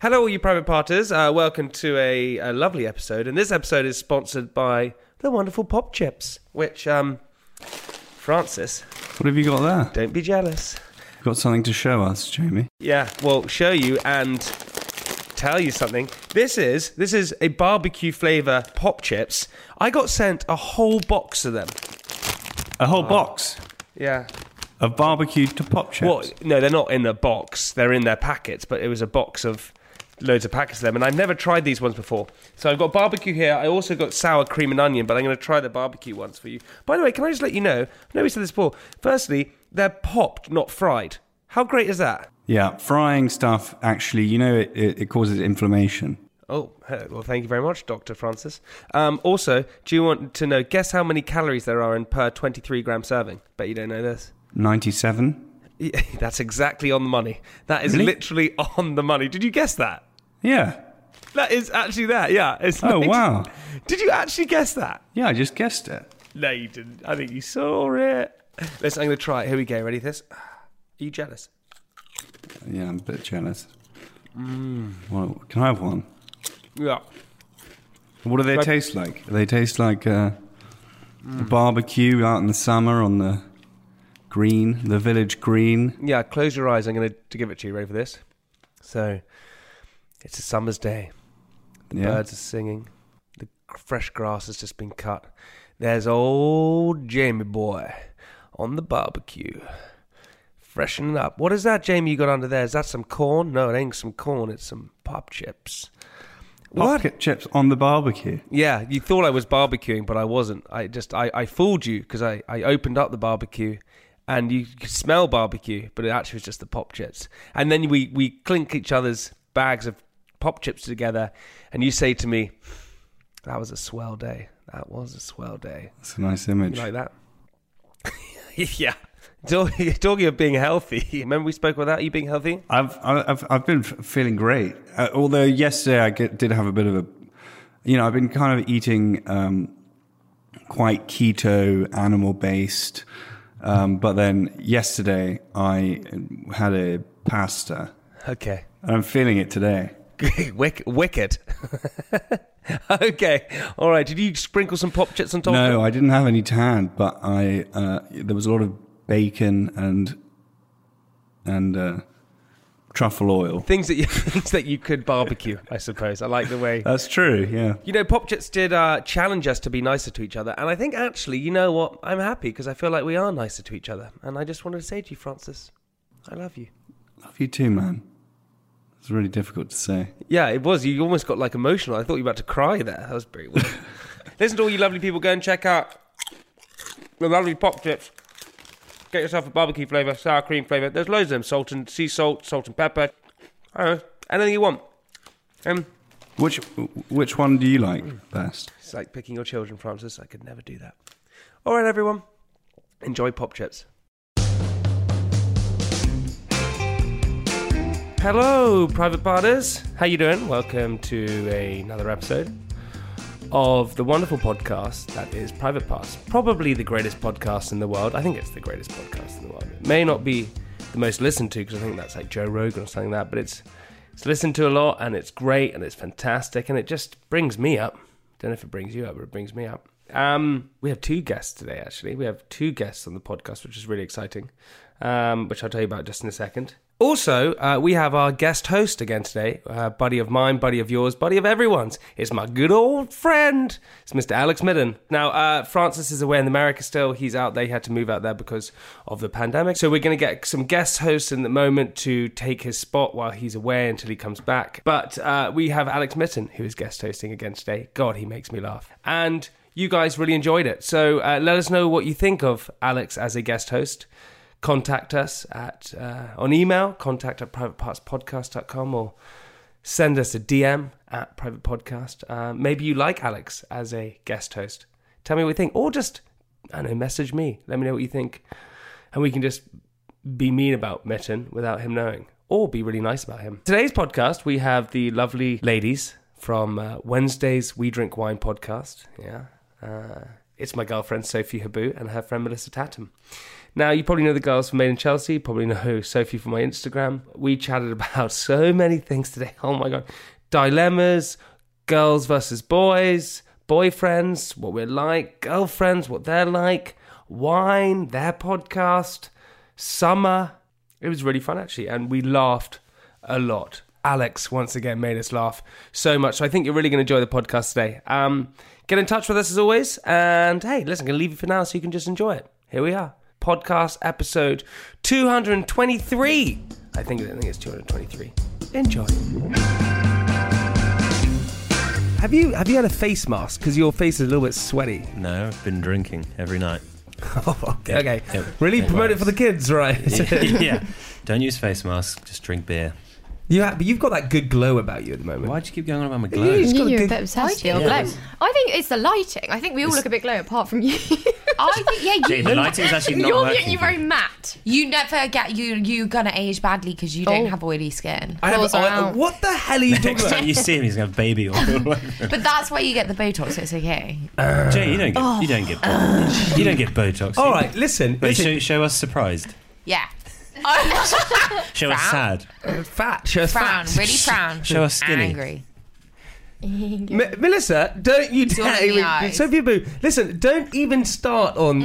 Hello, all you private parters. Uh, welcome to a, a lovely episode, and this episode is sponsored by the wonderful Pop Chips, which um, Francis, What have you got there? don't be jealous. You've got something to show us, Jamie. Yeah, well, show you and tell you something. This is this is a barbecue flavor pop chips. I got sent a whole box of them. A Uh, whole box Yeah. of barbecue to pop chips. Well, no, they're not in a box. They're in their packets, but it was a box of loads of packets of them and I've never tried these ones before. So I've got barbecue here. I also got sour cream and onion, but I'm going to try the barbecue ones for you. By the way, can I just let you know? I know we said this before. Firstly, they're popped, not fried. How great is that? Yeah, frying stuff actually, you know, it, it, it causes inflammation. Oh, uh, well, thank you very much, Dr. Francis. Um, also, do you want to know, guess how many calories there are in per 23 gram serving? Bet you don't know this. 97? Yeah, that's exactly on the money. That is Really? literally on the money. Did you guess that? Yeah. That is actually that, yeah. It's Oh, 90 wow. Did you actually guess that? Yeah, I just guessed it. No, you didn't. I think you saw it. Listen, I'm going to try it. Here we go. Ready for this? Are you jealous? Yeah, I'm a bit jealous. Mm. Well, can I have one? Yeah. What do they Like- taste like? They taste like uh, Mm. the barbecue out in the summer on the green, the village green. Yeah, close your eyes. I'm going to give it to you. Ready for this? So, it's a summer's day. The Yeah. birds are singing. The g- fresh grass has just been cut. There's old Jamie boy on the barbecue, freshening up. What is that, Jamie? You got under there? Is that some corn? No, it ain't some corn. It's some pop chips. What? Pocket chips on the barbecue. Yeah, you thought I was barbecuing, but I wasn't. I just I, I fooled you because I I opened up the barbecue. And you could smell barbecue, but it actually was just the pop chips. And then we, we clink each other's bags of pop chips together. And you say to me, That was a swell day. That was a swell day. That's a nice image. You like that? yeah. Talk- Talking of being healthy, remember we spoke about that? You being healthy? I've I've I've been f- feeling great. Uh, although yesterday I get, did have a bit of a, you know, I've been kind of eating um, quite keto, animal based. Um, but then yesterday I had a pasta, Okay. and I'm feeling it today. Wick- wicked. okay. All right. Did you sprinkle some pop chips on top? of No, it? I didn't have any tan, but I uh, there was a lot of bacon and and uh, truffle oil. Things that you things that you could barbecue, I suppose. I like the way That's true. Yeah. you know. Pop chips did uh, challenge us to be nicer to each other, and I think actually, you know what? I'm happy because I feel like we are nicer to each other, and I just wanted to say to you, Francis, I love you. Love you too, man. It's really difficult to say. Yeah, it was. You almost got like emotional. I thought you were about to cry there. That was pretty weird. Listen to all you lovely people. Go and check out the lovely pop chips. Get yourself a barbecue flavour, sour cream flavour. There's loads of them. Salt and sea salt, salt and pepper. I don't know. Anything you want. Um, Which which one do you like best? it's like picking your children, Francis. I could never do that. All right, everyone. Enjoy pop chips. Hello, private partners. How you doing? Welcome to another episode of the wonderful podcast that is Private Parts. Probably the greatest podcast in the world. I think it's the greatest podcast in the world. It may not be the most listened to because I think that's like Joe Rogan or something like that, but it's it's listened to a lot and it's great and it's fantastic and it just brings me up. Don't know if it brings you up, but it brings me up. Um, we have two guests today, actually. We have two guests on the podcast, which is really exciting, um, which I'll tell you about just in a second. Also, uh, we have our guest host again today, uh, buddy of mine, buddy of yours, buddy of everyone's. It's my good old friend. It's Mr. Alex Midden. Now, uh, Francis is away in America still. He's out there. He had to move out there because of the pandemic. So we're going to get some guest hosts in the moment to take his spot while he's away until he comes back. But uh, we have Alex Mitten, who is guest hosting again today. God, he makes me laugh. And you guys really enjoyed it. So uh, let us know what you think of Alex as a guest host contact us at uh, on email contact at privatepartspodcast.com or send us a dm at private podcast uh, maybe you like alex as a guest host tell me what you think or just i don't know message me let me know what you think and we can just be mean about Mitten without him knowing, or be really nice about him. Today's podcast, we have the lovely ladies from uh, Wednesday's We Drink Wine podcast. Yeah. Uh, it's my girlfriend, Sophie Habu, and her friend, Melissa Tatum. Now, you probably know the girls from Made in Chelsea, probably know Sophie from my Instagram. We chatted about so many things today. Oh my God. Dilemmas, girls versus boys, boyfriends, what we're like, girlfriends, what they're like, wine, their podcast, summer. It was really fun actually, and we laughed a lot. Alex once again made us laugh so much. So I think you're really going to enjoy the podcast today. Um, get in touch with us as always, and hey, listen, I'm going to leave you for now so you can just enjoy it. Here we are, podcast episode 223. I think I think it's 223. Enjoy. Have you have you had a face mask because your face is a little bit sweaty? No, I've been drinking every night. okay, Yeah, okay. yeah, really it promote it works. for the kids, right? yeah. Don't use face masks, just drink beer. you ha- but you've got that good glow about you at the moment. Why do you keep going on about my Yeah, glow? It's got a You're good- a bit obsessed with I your do. glow. I think it's the lighting. I think we all look a bit glow apart from you. I think yeah, Gee, the lighting is actually not you're working. you're very matte. You never get you you gonna age badly because you Oh. don't have oily skin. I have, Pores are I, out. what the hell are you talking Next time about? you see him, he's gonna have baby oil. But that's why you get the Botox. It's okay. Jay, you don't Oh. get you don't get you don't get Botox. All right, listen, Wait, listen. show, show us surprised. Yeah. Show us sad. fat, show us Frown, fat. really frown. Show us skinny. Angry. M- Melissa, don't you Dawn in dare the even. eyes. Mm. Sophie Boo, listen, don't even start on.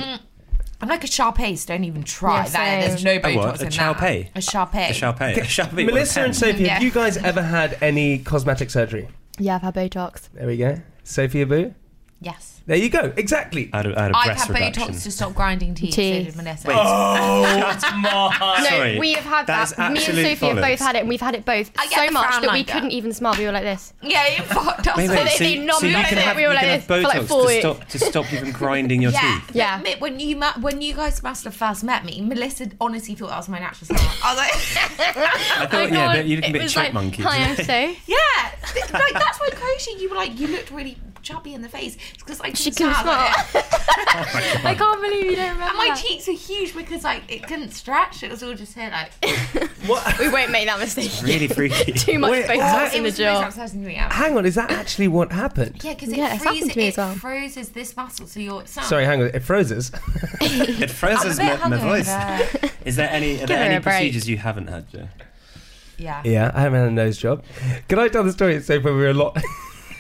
I'm like a Shar Ace. Don't even try. Yeah, that, same. there's no A Botox what? A in Shar that. Pei? A Shar Pei. A Sharpay. A Sharpay. with a Melissa pen. and Sophie, Yeah. have you guys ever had any cosmetic surgery? Yeah, I've had Botox. There we go. Sophie Boo. Yes. There you go. Exactly. I had a, I had a I've breast had reduction. Botox to stop grinding teeth. So Teeth. did Vanessa. Oh, no, No, we have had That's that. Me and absolute Sophie have bollocks. both had it, and we've had it both I get so the much frown that we like that. couldn't even smile. We were like this. Yeah, it fucked us. Wait, So wait, they- they so, so you nominated can it, have, we were you like can this have for like Botox four to weeks. stop to stop you from grinding your Yeah, teeth. Yeah. Mi- When you ma- when you guys must have first met me, Melissa honestly thought that was my natural smile. I was like, I thought, yeah, but you look a bit chipmunk. monkey. Hi, I'm so. Yeah, th- like that's why Koshi, you were like, you looked really chubby in the face because I She couldn't can smile. smile. at it. I can't believe you don't remember. And my cheeks were huge because like it couldn't stretch. It was all just here like. We won't make that mistake. Really freaky. Too much Wait, Botox what? in the It was most jaw. upsetting thing ever. Hang on, is that actually what happened? Yeah, because it Yeah, it's happened freezes. to me it as well. freezes this muscle, so you're. Sorry, hang on. It froze. It froze I'm a bit my, my voice. hungover. Is there any are there her any a break. procedures you haven't had, Joe? Yeah. Yeah, I haven't had a nose job. Can I tell the story? So when we were locked,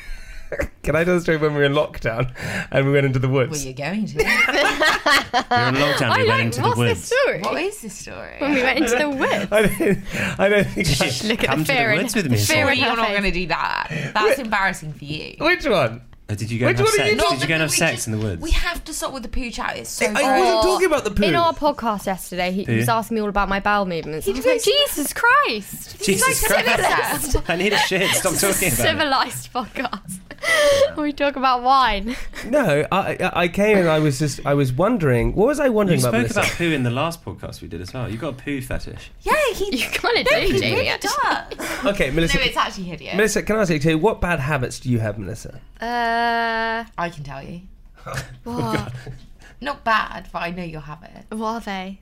can I tell the story when we were in lockdown and we went into the Well, woods? you're going to. You're in lockdown. Uh, I you went like, into the what's woods. this story? what is this story? When we went into the woods. I don't, I don't think. I- Did you Look at come the fear to the in- woods with me? the fear Sol? Surely in you're her not face. going to do that. That's embarrassing for you. Which one? Or Did you go Which and have one are you sex? not- Did you go and have We sex just- in the woods? We have to stop with the poo chat. It's so. I wasn't gross. talking about the poo. In our podcast yesterday, he, he was asking me all about my bowel movements. I was like, Jesus Christ! Jesus like Christ! I need a shit. Stop talking about it. Civilized podcast. we talk about wine. no, I, I- I came and I was just I was wondering what was I wondering You about? spoke Melissa? about poo in the last podcast we did as well. You got a poo fetish. Yeah, he. You kind of do, He Jamie. really does. okay, Melissa. No, it's actually hideous. Melissa, can I ask you, too, what bad habits do you have, Melissa? Uh, I can tell you. Oh, what? Not bad, but I know you'll have it. What are they?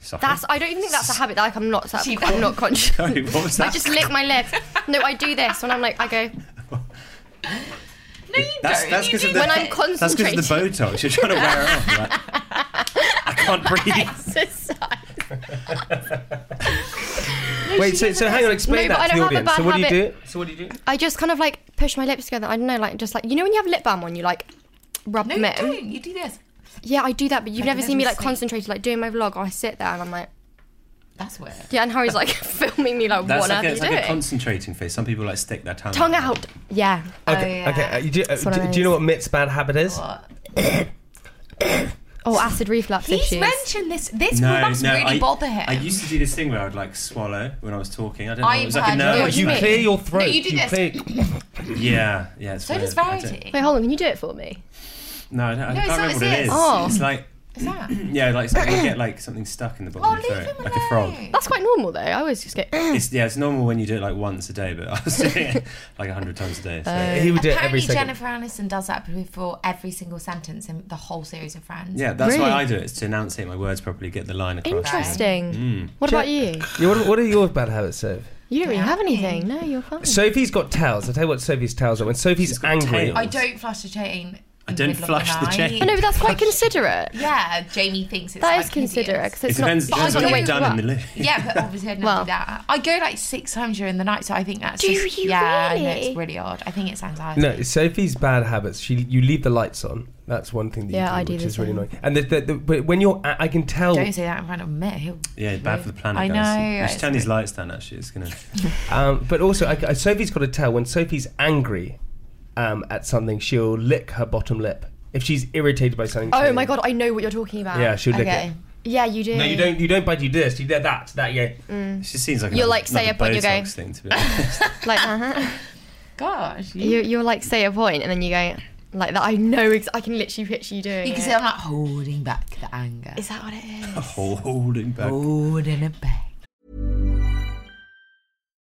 Sorry. That's. I don't even think that's a habit. Like I'm not. She- I'm not conscious. Sorry, what was that? I just lick my lips. No, I do this when I'm like. I go No, you That's- don't. that's You 'cause of do the- when that. I'm That's because concentrating. of the Botox. You're trying to wear it off. Right? I can't breathe. Exercise. Wait, so, so hang on, explain No, but that I to the don't have a audience. bad so what do you do? habit. So what do you do? I just kind of like push my lips together. I don't know, like just like you know when you have lip balm on, you like rub No, them you in. don't. You do this. Yeah, I do that, but you've Like, never it seen me doesn't like sleep. concentrated like doing my vlog. Or I sit there and I'm like, That's weird. yeah, and Harry's like filming me like, That's what like, are a, you it's like doing? a concentrating face. Some people like stick their tongue. Tongue out. Oh, Yeah. Okay, yeah. okay. uh, you do, uh, what do, it do you know is. what Mitt's bad habit is? uh, But Oh, acid reflux he's issues. mentioned this. This No, must no, really I, bother him. I used to do this thing where I'd like swallow when I was talking. I don't know. I've it was like a had- nerve. Yeah, Oh, you Mitt. clear your throat. No, you do this. clear- Yeah, yeah. It's so weird. does I don't- Variety. Wait, hold on. Can you do it for me? No, I, don't, I it's can't not remember what as it is. is. Oh. It's like Is that? Yeah, like so you get like something stuck in the Oh, bottom of your throat, like a frog. That's quite normal though. I always just get. It's yeah, it's normal when you do it like once a day, but I was doing it like hundred times a day. So. he would do it Apparently, every second. Jennifer Aniston does that before every single sentence in the whole series of Friends. Yeah, that's why I do it. It's to enunciate my words properly, get the line across. Interesting. Mm. What about you? Yeah, what, what are your bad habits, Soph? You don't really have anything. No, you're fine. Sophie's got towels. I'll tell you what Sophie's towels are. When Sophie's angry, I don't flush the chain. I don't flush the chain. No, but that's quite considerate. Yeah, Jamie thinks it's That like is considerate because it's It depends- not. depends I what don't you've know done what- in the loo. Yeah, but obviously I'd never do that. I go like six times during the night, so I think that's Do just, you yeah, I know really? it's really odd. I think it's anxiety. No, Sophie's bad habits. She you leave the lights on. That's one thing that Yeah, you I do do, which the is really same. annoying. And the, the, the, but when you're, I I can tell. Don't say that in front of me. He'll- Yeah, it's bad for the planet. I guys. know, You should it's turn these lights down. Actually, it's gonna. Um, but also, I, I- Sophie's got a tell. When Sophie's angry um, at something, she'll lick her bottom lip. If she's irritated by something, Oh she'll- my god, I know what you're talking about. Yeah, she'll lick okay. Yeah, you do. No, you don't. You don't bite. You do this. You do that. That yeah. Mm. She seems like You're another- like, say another a point, you go- Botox thing to be Like, uh-huh. Gosh, you you're like say a point and then you go like that. I know. Ex- I can literally picture you doing. You can it. see I'm like holding back the anger. Is that what it is? Oh, Holding back. Oh. Holding it back.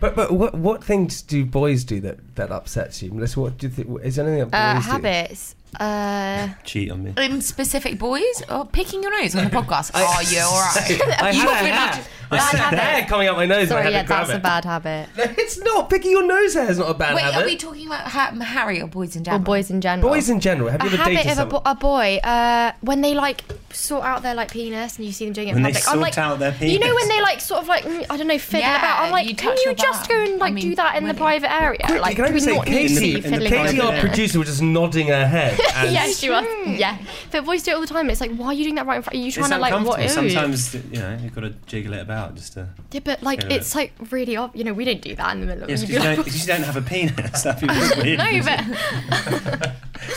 But but what what things do boys do that that upsets you, Melissa? What do you think? Is there anything Uh, that boys do? habits. Uh, Cheat on me. In specific boys or picking your nose on the podcast. Are you all right? I You had a pretty hair. much- I Bad had habit. hair coming up my nose. and I Sorry, had yeah, to grab that's a it. bad habit. No, it's not. Picking your nose hair is not a bad Wait, habit. are we talking about ha- Harry or boys in general? Or boys in general. boys in general. Have you a ever habit dated of a, someone? bo- a boy uh, when they like sort out their like penis and you see them doing it in When they public. I'm sort like, out their you know when penis? they like sort of like mm, I don't know fiddle Yeah, about. I'm like, you can touch you your just go bum. and like do that in the private area? Quickly, like, can I we just say, not need Katie, to be fiddling Katie, with our it. producer, was just nodding her head. And yeah, she was. Yeah, but boys do it all the time. It's like, why are you doing that right in front? Are you trying it's to like what? uncomfortable. Ew. Sometimes you know you've got to jiggle it about just to. Yeah, but like Yeah. it's like really ob- You know, we don't do that in the middle of. Yes, you'd be because you, like- don't- 'cause you don't have a penis. That'd be really weird. no, but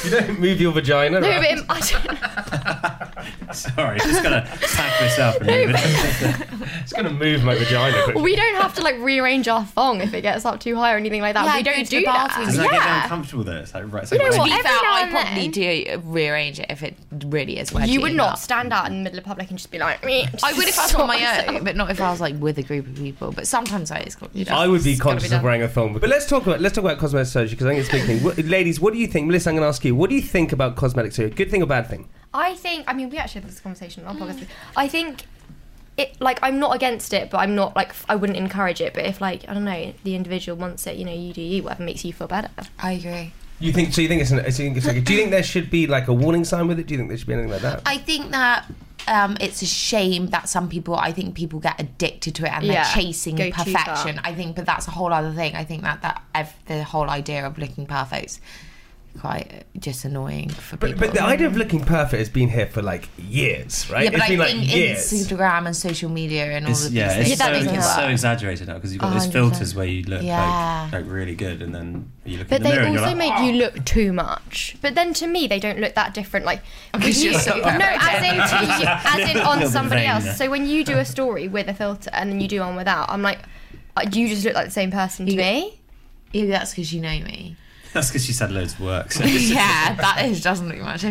you don't move your vagina. no, but right? it, I don't. Sorry, just gonna pack this up. And move it. It's gonna move my vagina. quickly. We don't have to like rearrange our thong if it gets up too high or anything like that. Yeah, we go don't to the do that. bathroom. Doesn't that get yeah. uncomfortable though? It's like right. It's You like know right- To be Every fair, now I and probably do rearrange it if it really is wedgy. You would but- not stand out in the middle of public and just be like, "Meh," just I would if I was on sort my myself. own, but not if I was like with a group of people. But sometimes I is. You know, I would be it's gotta conscious done. of wearing a thong. But let's talk about let's talk about cosmetic surgery because I think it's a big thing. What, ladies, what do you think? Melissa, I'm going to ask you. What do you think about cosmetic surgery? Good thing or bad thing? I think. I mean, we actually had this conversation on our podcast. I think it. Like, I'm not against it, but I'm not like f- I wouldn't encourage it. But if like I don't know, the individual wants it, you know, you do you. Whatever makes you feel better. I agree. You think so? You think it's an, so you think it's like, do you think there should be like a warning sign with it? Do you think there should be anything like that? I think that um, it's a shame that some people, I think people get addicted to it and Yeah, they're chasing go too far. perfection. I think, but that's a whole other thing. I think that that ev- the whole idea of looking perfect's quite just annoying for But, people. but the idea of looking perfect has been here for like years, right? Yeah, but it's I been think Instagram and social media and all It's, of yeah, these it's, things. so, it's so exaggerated now because you've got these 100%. filters where you look Yeah. like, like really good, and then you look But in the they mirror and also you're like, "Oh, make you look too much. But then to me, they don't look that different. Like when Because you, you're so no, as in, to you, as in A little on bit somebody vain else. there. So when you do a story with a filter and then you do one without, I'm like, uh, you just look like the same person to me. Yeah, that's because you know me. That's because she's had loads of work. So. yeah, that is doesn't look much.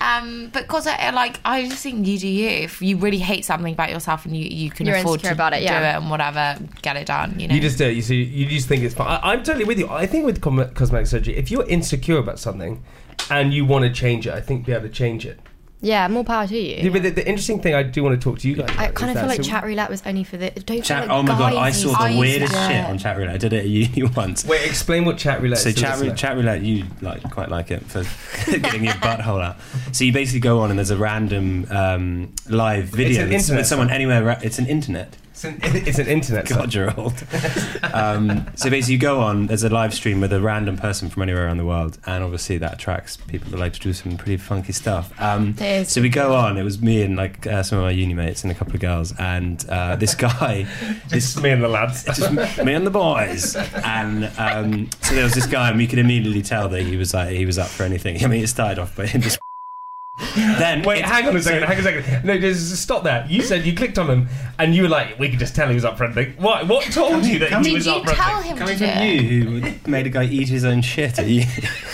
Um, because I, like I just think you do you. If you really hate something about yourself and you, you can You're afford to insecure about it, yeah. do it and whatever, get it done. You know. You just do it. You see, you just think it's fine. I, I'm totally with you. I think with com- cosmetic surgery, if you're insecure about something and you want to change it, I think be able to change it. Yeah, more power to Yeah, you. but the, the interesting thing I do want to talk to you guys. I about kind is of feel that- like so- chat roulette was only for the. Don't Chat, feel like oh my god, I guys saw use- the used weirdest to- shit on chat roulette. I did it at uni once. Wait, explain what chat roulette so is. to chat, listener. rou- chat roulette, you like quite like it for getting your butthole out. So you basically go on and there's a random um, live video an that's internet with someone site. anywhere. ra- It's an internet It's an, it's an internet. God, you're old. um, so basically, you go on. There's a live stream with a random person from anywhere around the world, and obviously that attracts people that like to do some pretty funky stuff. Um, It is. so we go on. It was me and like uh, some of my uni mates and a couple of girls, and uh, this guy, this me and the lads, just me and the boys. And um, so there was this guy, and we could immediately tell that he was like he was up for anything. I mean, it started off by him just. Then Wait, it- hang on a second. so- Hang on a second. No, just stop there. You said you clicked on him, and you were like, "We could just tell he was up for anything." What? What told you that Coming- he was up for anything? Coming from you, who made a guy eat his own shit at you.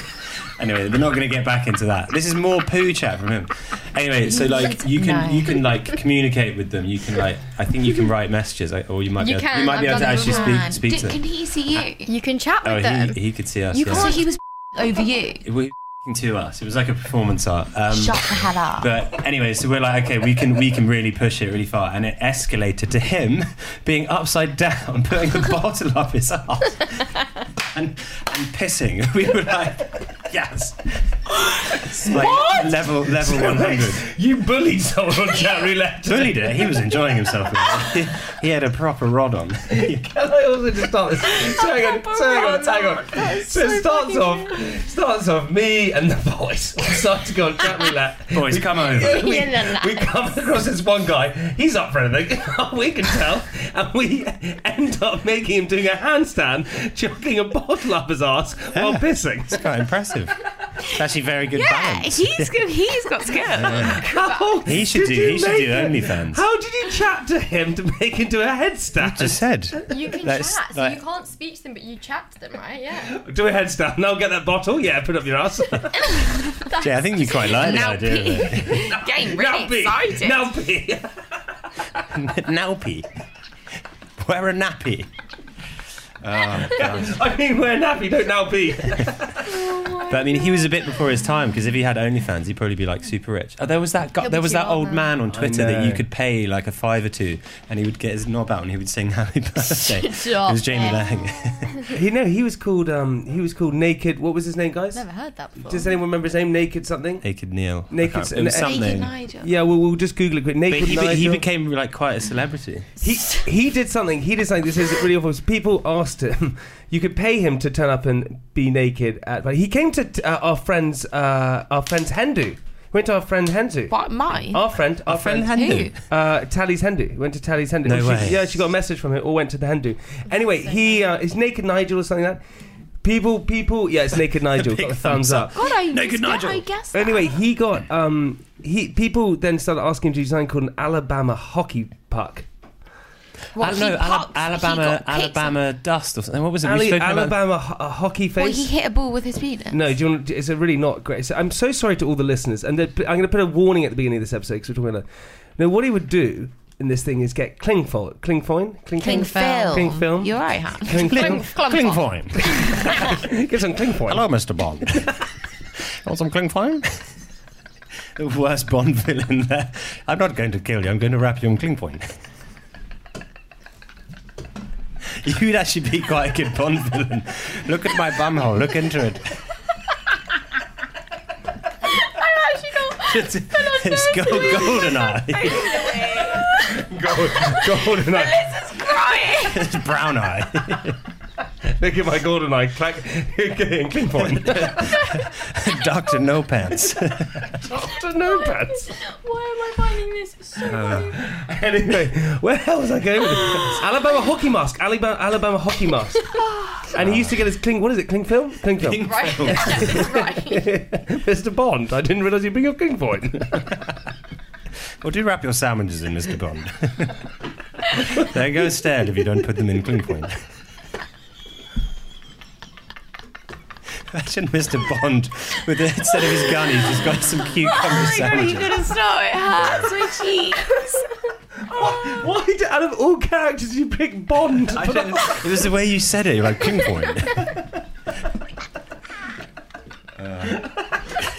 anyway, we're not going to get back into that. This is more poo chat from him. Anyway, so like you can No. you can like communicate with them. You can like I think you can write messages, like, or you might You be able, can, you might be I've able to done it actually with speak mine. speak Did- to Can them. he see you? You can chat Oh, he, he could see us. You right. can see he was over you. It was to us. It was like a performance art. Um, Shut the hell up. But anyway, so we're like, okay, we can we can really push it really far, and it escalated to him being upside down, putting a bottle up his arse, and and pissing. We were like, yes, It's like What? level level So, one hundred. You bullied someone on chat roulette. Bullied it. He was enjoying himself. He, he had a proper rod on. Can I also just start this? So hang on, so hang on, hang on. So it starts off, starts off me and the boys start to go on chat roulette. Boys, We- come over. We, Yeah, la, la. we come across this one guy. He's up for anything. we can tell, and we end up making him doing a handstand, chucking a bottle up his ass while pissing. It's quite impressive. It's actually very good yeah, balance. he's good. He's got skill. Yeah. How He should did do- you he should make do it? OnlyFans. How did you chat to him to make him do a headstand? just said. You can That's- chat, so that- you can't speak to them, but you chat to them, right? Yeah. Do a headstand. Now get that bottle. Yeah, put it up your ass. Yeah, I think you quite like the Now idea. of it. Getting really excited. Now pee. nappy. Wear a nappy. Oh, God. I mean, we're nappy. Don't now pee. But I mean, he was a bit before his time because if he had OnlyFans, he'd probably be like super rich. Oh, there was that guy, He'll be there was too that old old now. man on I Twitter that you know. could pay like a five or two, and he would get his knob out and he would sing Happy Birthday. Stop it was Jamie it. Lang. you know, he was called um, he was called Naked. What was his name, guys? Never heard that before. Does anyone remember his name? Naked something. Naked Neil. I Naked. can't- it was something. Yeah, we'll, we'll just Google it quick. But Naked he, be- he Nigel. became like quite a celebrity. He, he did something. He did something. This is really awful. People asked him. You could pay him to turn up and be naked. At, but he came to t- uh, our friends. Uh, our friends Hendu. He Went to our friend Hendu. What, mine? Oh, Our friend. Our, Our friend Hendu? Uh, Tally's Hendu. Went to Tally's Hendu. No Well, she- way. yeah, she got a message from him. Or went to the Hendu. Anyway, he uh, is naked Nigel or something like that. People, people. Yeah, it's naked Nigel. got a thumbs up. God, I No, good yeah, Nigel. I guess. Anyway, he got um he people then started asking him to do something called an Alabama hockey puck. I don't know, Ala- Alabama, Alabama dust or something. What was it? Ali- we spoke about Alabama ho- uh, hockey face. Well, he hit a ball with his penis. no, do you want, it's a really not great. So I'm so sorry to all the listeners, and the- I'm going to put a warning at the beginning of this episode because we're talking about. Now, what he would do in this thing is get cling foil, cling foil, cling Cling film. cling film. You're right, Han. Cling, Cling- cling, cling Get some cling foil. Hello, Mr. Bond. Want some cling foil? the worst Bond villain there. I'm not going to kill you. I'm going to wrap you in cling foil. You'd actually be quite a good Bond villain. Look at my bumhole. Look into it. I actually got. It's, it's gold, golden eye. Gold, golden eye. Crying. It's brown eye. Look at my golden eye. Clack. cling foil. Doctor No Pants. Doctor No Pants. Why am I finding this so Uh, funny? anyway, where the hell was I going with this? Alabama hockey mask. Alabama, Alabama hockey mask. And he used to get his cling. What is it? Cling film? Cling film. Right. Mr. Bond. I didn't realise you'd bring your cling point. Well, do wrap your sandwiches in, Mr. Bond. there goes stared if you don't put them in cling point. Imagine Mr. Bond with the, instead of his gun, he's just got some cucumber Oh my god, are sandwiches. you gonna stop? It hurts my cheeks. Why did, out of all characters, you pick Bond? I don't- it was the way you said it, you're like cling point.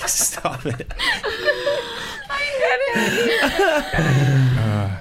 Stop it. I get it.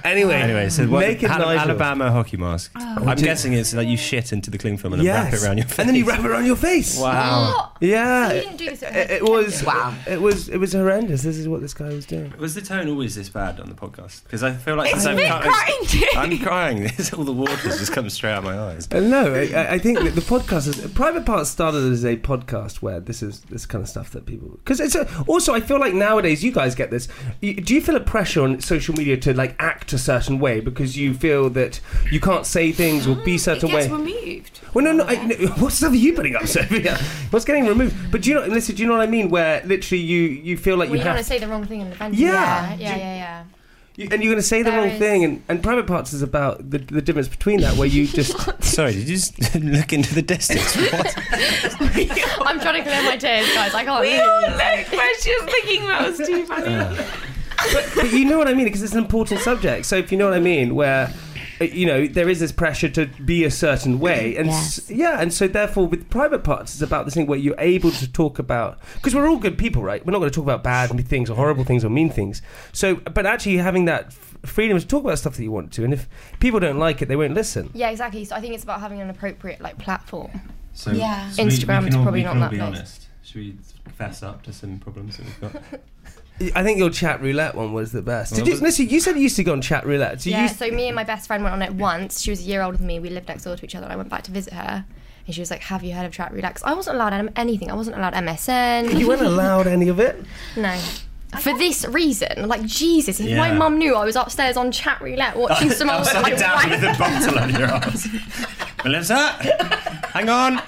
Anyway, anyway, so what, Naked Al- Nigel. Alabama hockey mask. Oh. I'm guessing it's like you shit into the cling film and then wrap Yes. it around your face. And then you wrap it around your face. Wow. Yeah. So you didn't do this it, it was wow. It was it was horrendous. This is what this guy was doing. Was the tone always this bad on the podcast? Because I feel like It's since me I've crying. I'm crying. There's all the waters just come straight out of my eyes. Uh, no, I, I- I think that the podcast is private parts started as a podcast where this is this kind of stuff that people because it's a, also I feel like nowadays you guys get this. You, do you feel a pressure on social media to like act a certain way because you feel that you can't say things or be certain it gets way? removed. Well, no, no, I, no. What stuff are you putting up, Sophia? What's getting removed? But do you know? Listen, do you know what I mean? Where literally you you feel like well, you you don't have want to say the wrong thing in advance. Yeah. yeah, yeah, yeah. yeah. You- and you're going to say the There wrong is- thing, and, and private parts is about the, the difference between that, where you just. Sorry, did you just look into the distance? I'm trying to clear my tears, guys. I can't. We hear all you. looked precious thinking that was too funny. but you know what I mean, because it's an important subject. So if you know what I mean, where uh, you know there is this pressure to be a certain way, and s- yeah, and so therefore with private parts, it's about this thing where you're able to talk about because we're all good people, right? We're not going to talk about bad things or horrible things or mean things. So, but actually having that f- freedom to talk about stuff that you want to, and if people don't like it, they won't listen. Yeah, exactly. So I think it's about having an appropriate like platform. So, yeah, so we- we Instagram can is all- probably we not can all that be place. honest. Should we fess up to some problems that we've got? I think your chat roulette one was the best. Did Well, you but- listen? You said you used to go on chat roulette. So you yeah, used- so me and my best friend went on it once. She was a year older than me. We lived next door to each other. I went back to visit her, and she was like, "Have you heard of Chat Relax?" I wasn't allowed M- anything. I wasn't allowed MSN. you weren't allowed any of it. No. For this reason, like Jesus, if my Yeah. mum knew I was upstairs on chat roulette watching some old upside like, down wank- with a bottle under your arms. Melissa, hang on.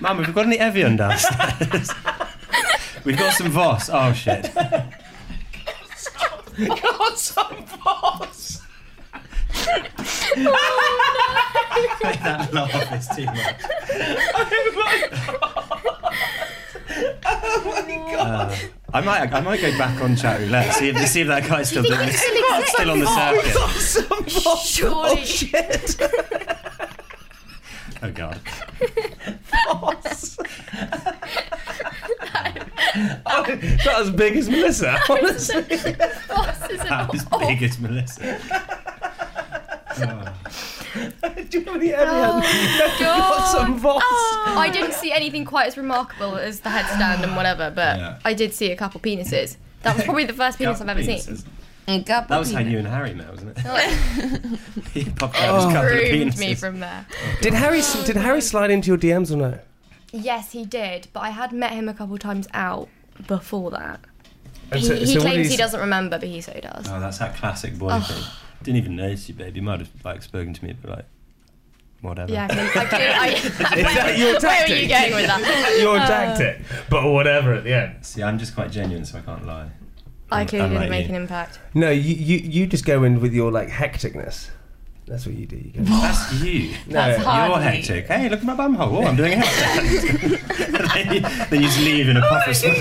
Mum, have we got any Evian downstairs? we've got some Voss. Oh shit. God, some balls. that laugh is too much. Uh, I might, I might go back on chat roulette. See if, see if that guy's still doing this. Still on the circuit. Surely. Oh, shit. Oh god. Oh, Not as big as Melissa, honestly. That was Oh. big as Melissa. Do you have any Evian? Oh, You've got some Voss. I didn't see anything quite as remarkable as the headstand and whatever, but Yeah. I did see a couple penises. That was probably the first penis I've ever Penises. seen. That was how you and Harry met, wasn't it? He popped out his Oh. couple of groomed penises. me from there. Did Harry did Harry slide into your DMs or no? Yes, he did, but I had met him a couple times out before that. And he so- he so what did claims he he s- doesn't remember, but he so does. Oh, that's that classic boy Ugh. thing. Didn't even notice you, babe. You might have like spoken to me, but like, whatever. Yeah, I mean, I, I, Is that your Where are you tactic? going with that? Uh, but whatever at the end. See, I'm just quite genuine, so I can't lie. I clearly didn't Unlike make you. an impact. No, you, you you just go in with your like hecticness. That's what you do. You go. That's you. That's you're hardly- hectic. Hey, look at my bum hole. Oh, I'm doing a hectic. then, you, then you just leave in a puff of smoke.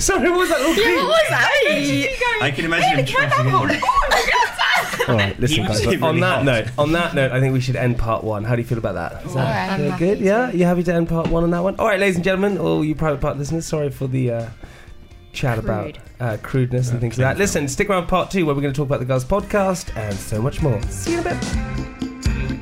Sorry, what was that Oh, little Yeah, what was that? I can imagine him trashing in. All right, listen, He guys. was really on that hot. note, on that note, I think we should end part one. How do you feel about that? Is All that right, I'm feel happy good? Yeah, you happy to end part one on that one? All right, ladies and gentlemen, all you private part listeners, sorry for the uh, chat about uh, crudeness and things like that. Listen, stick around part two where we're going to talk about the girls' podcast and so much more. See you in a bit.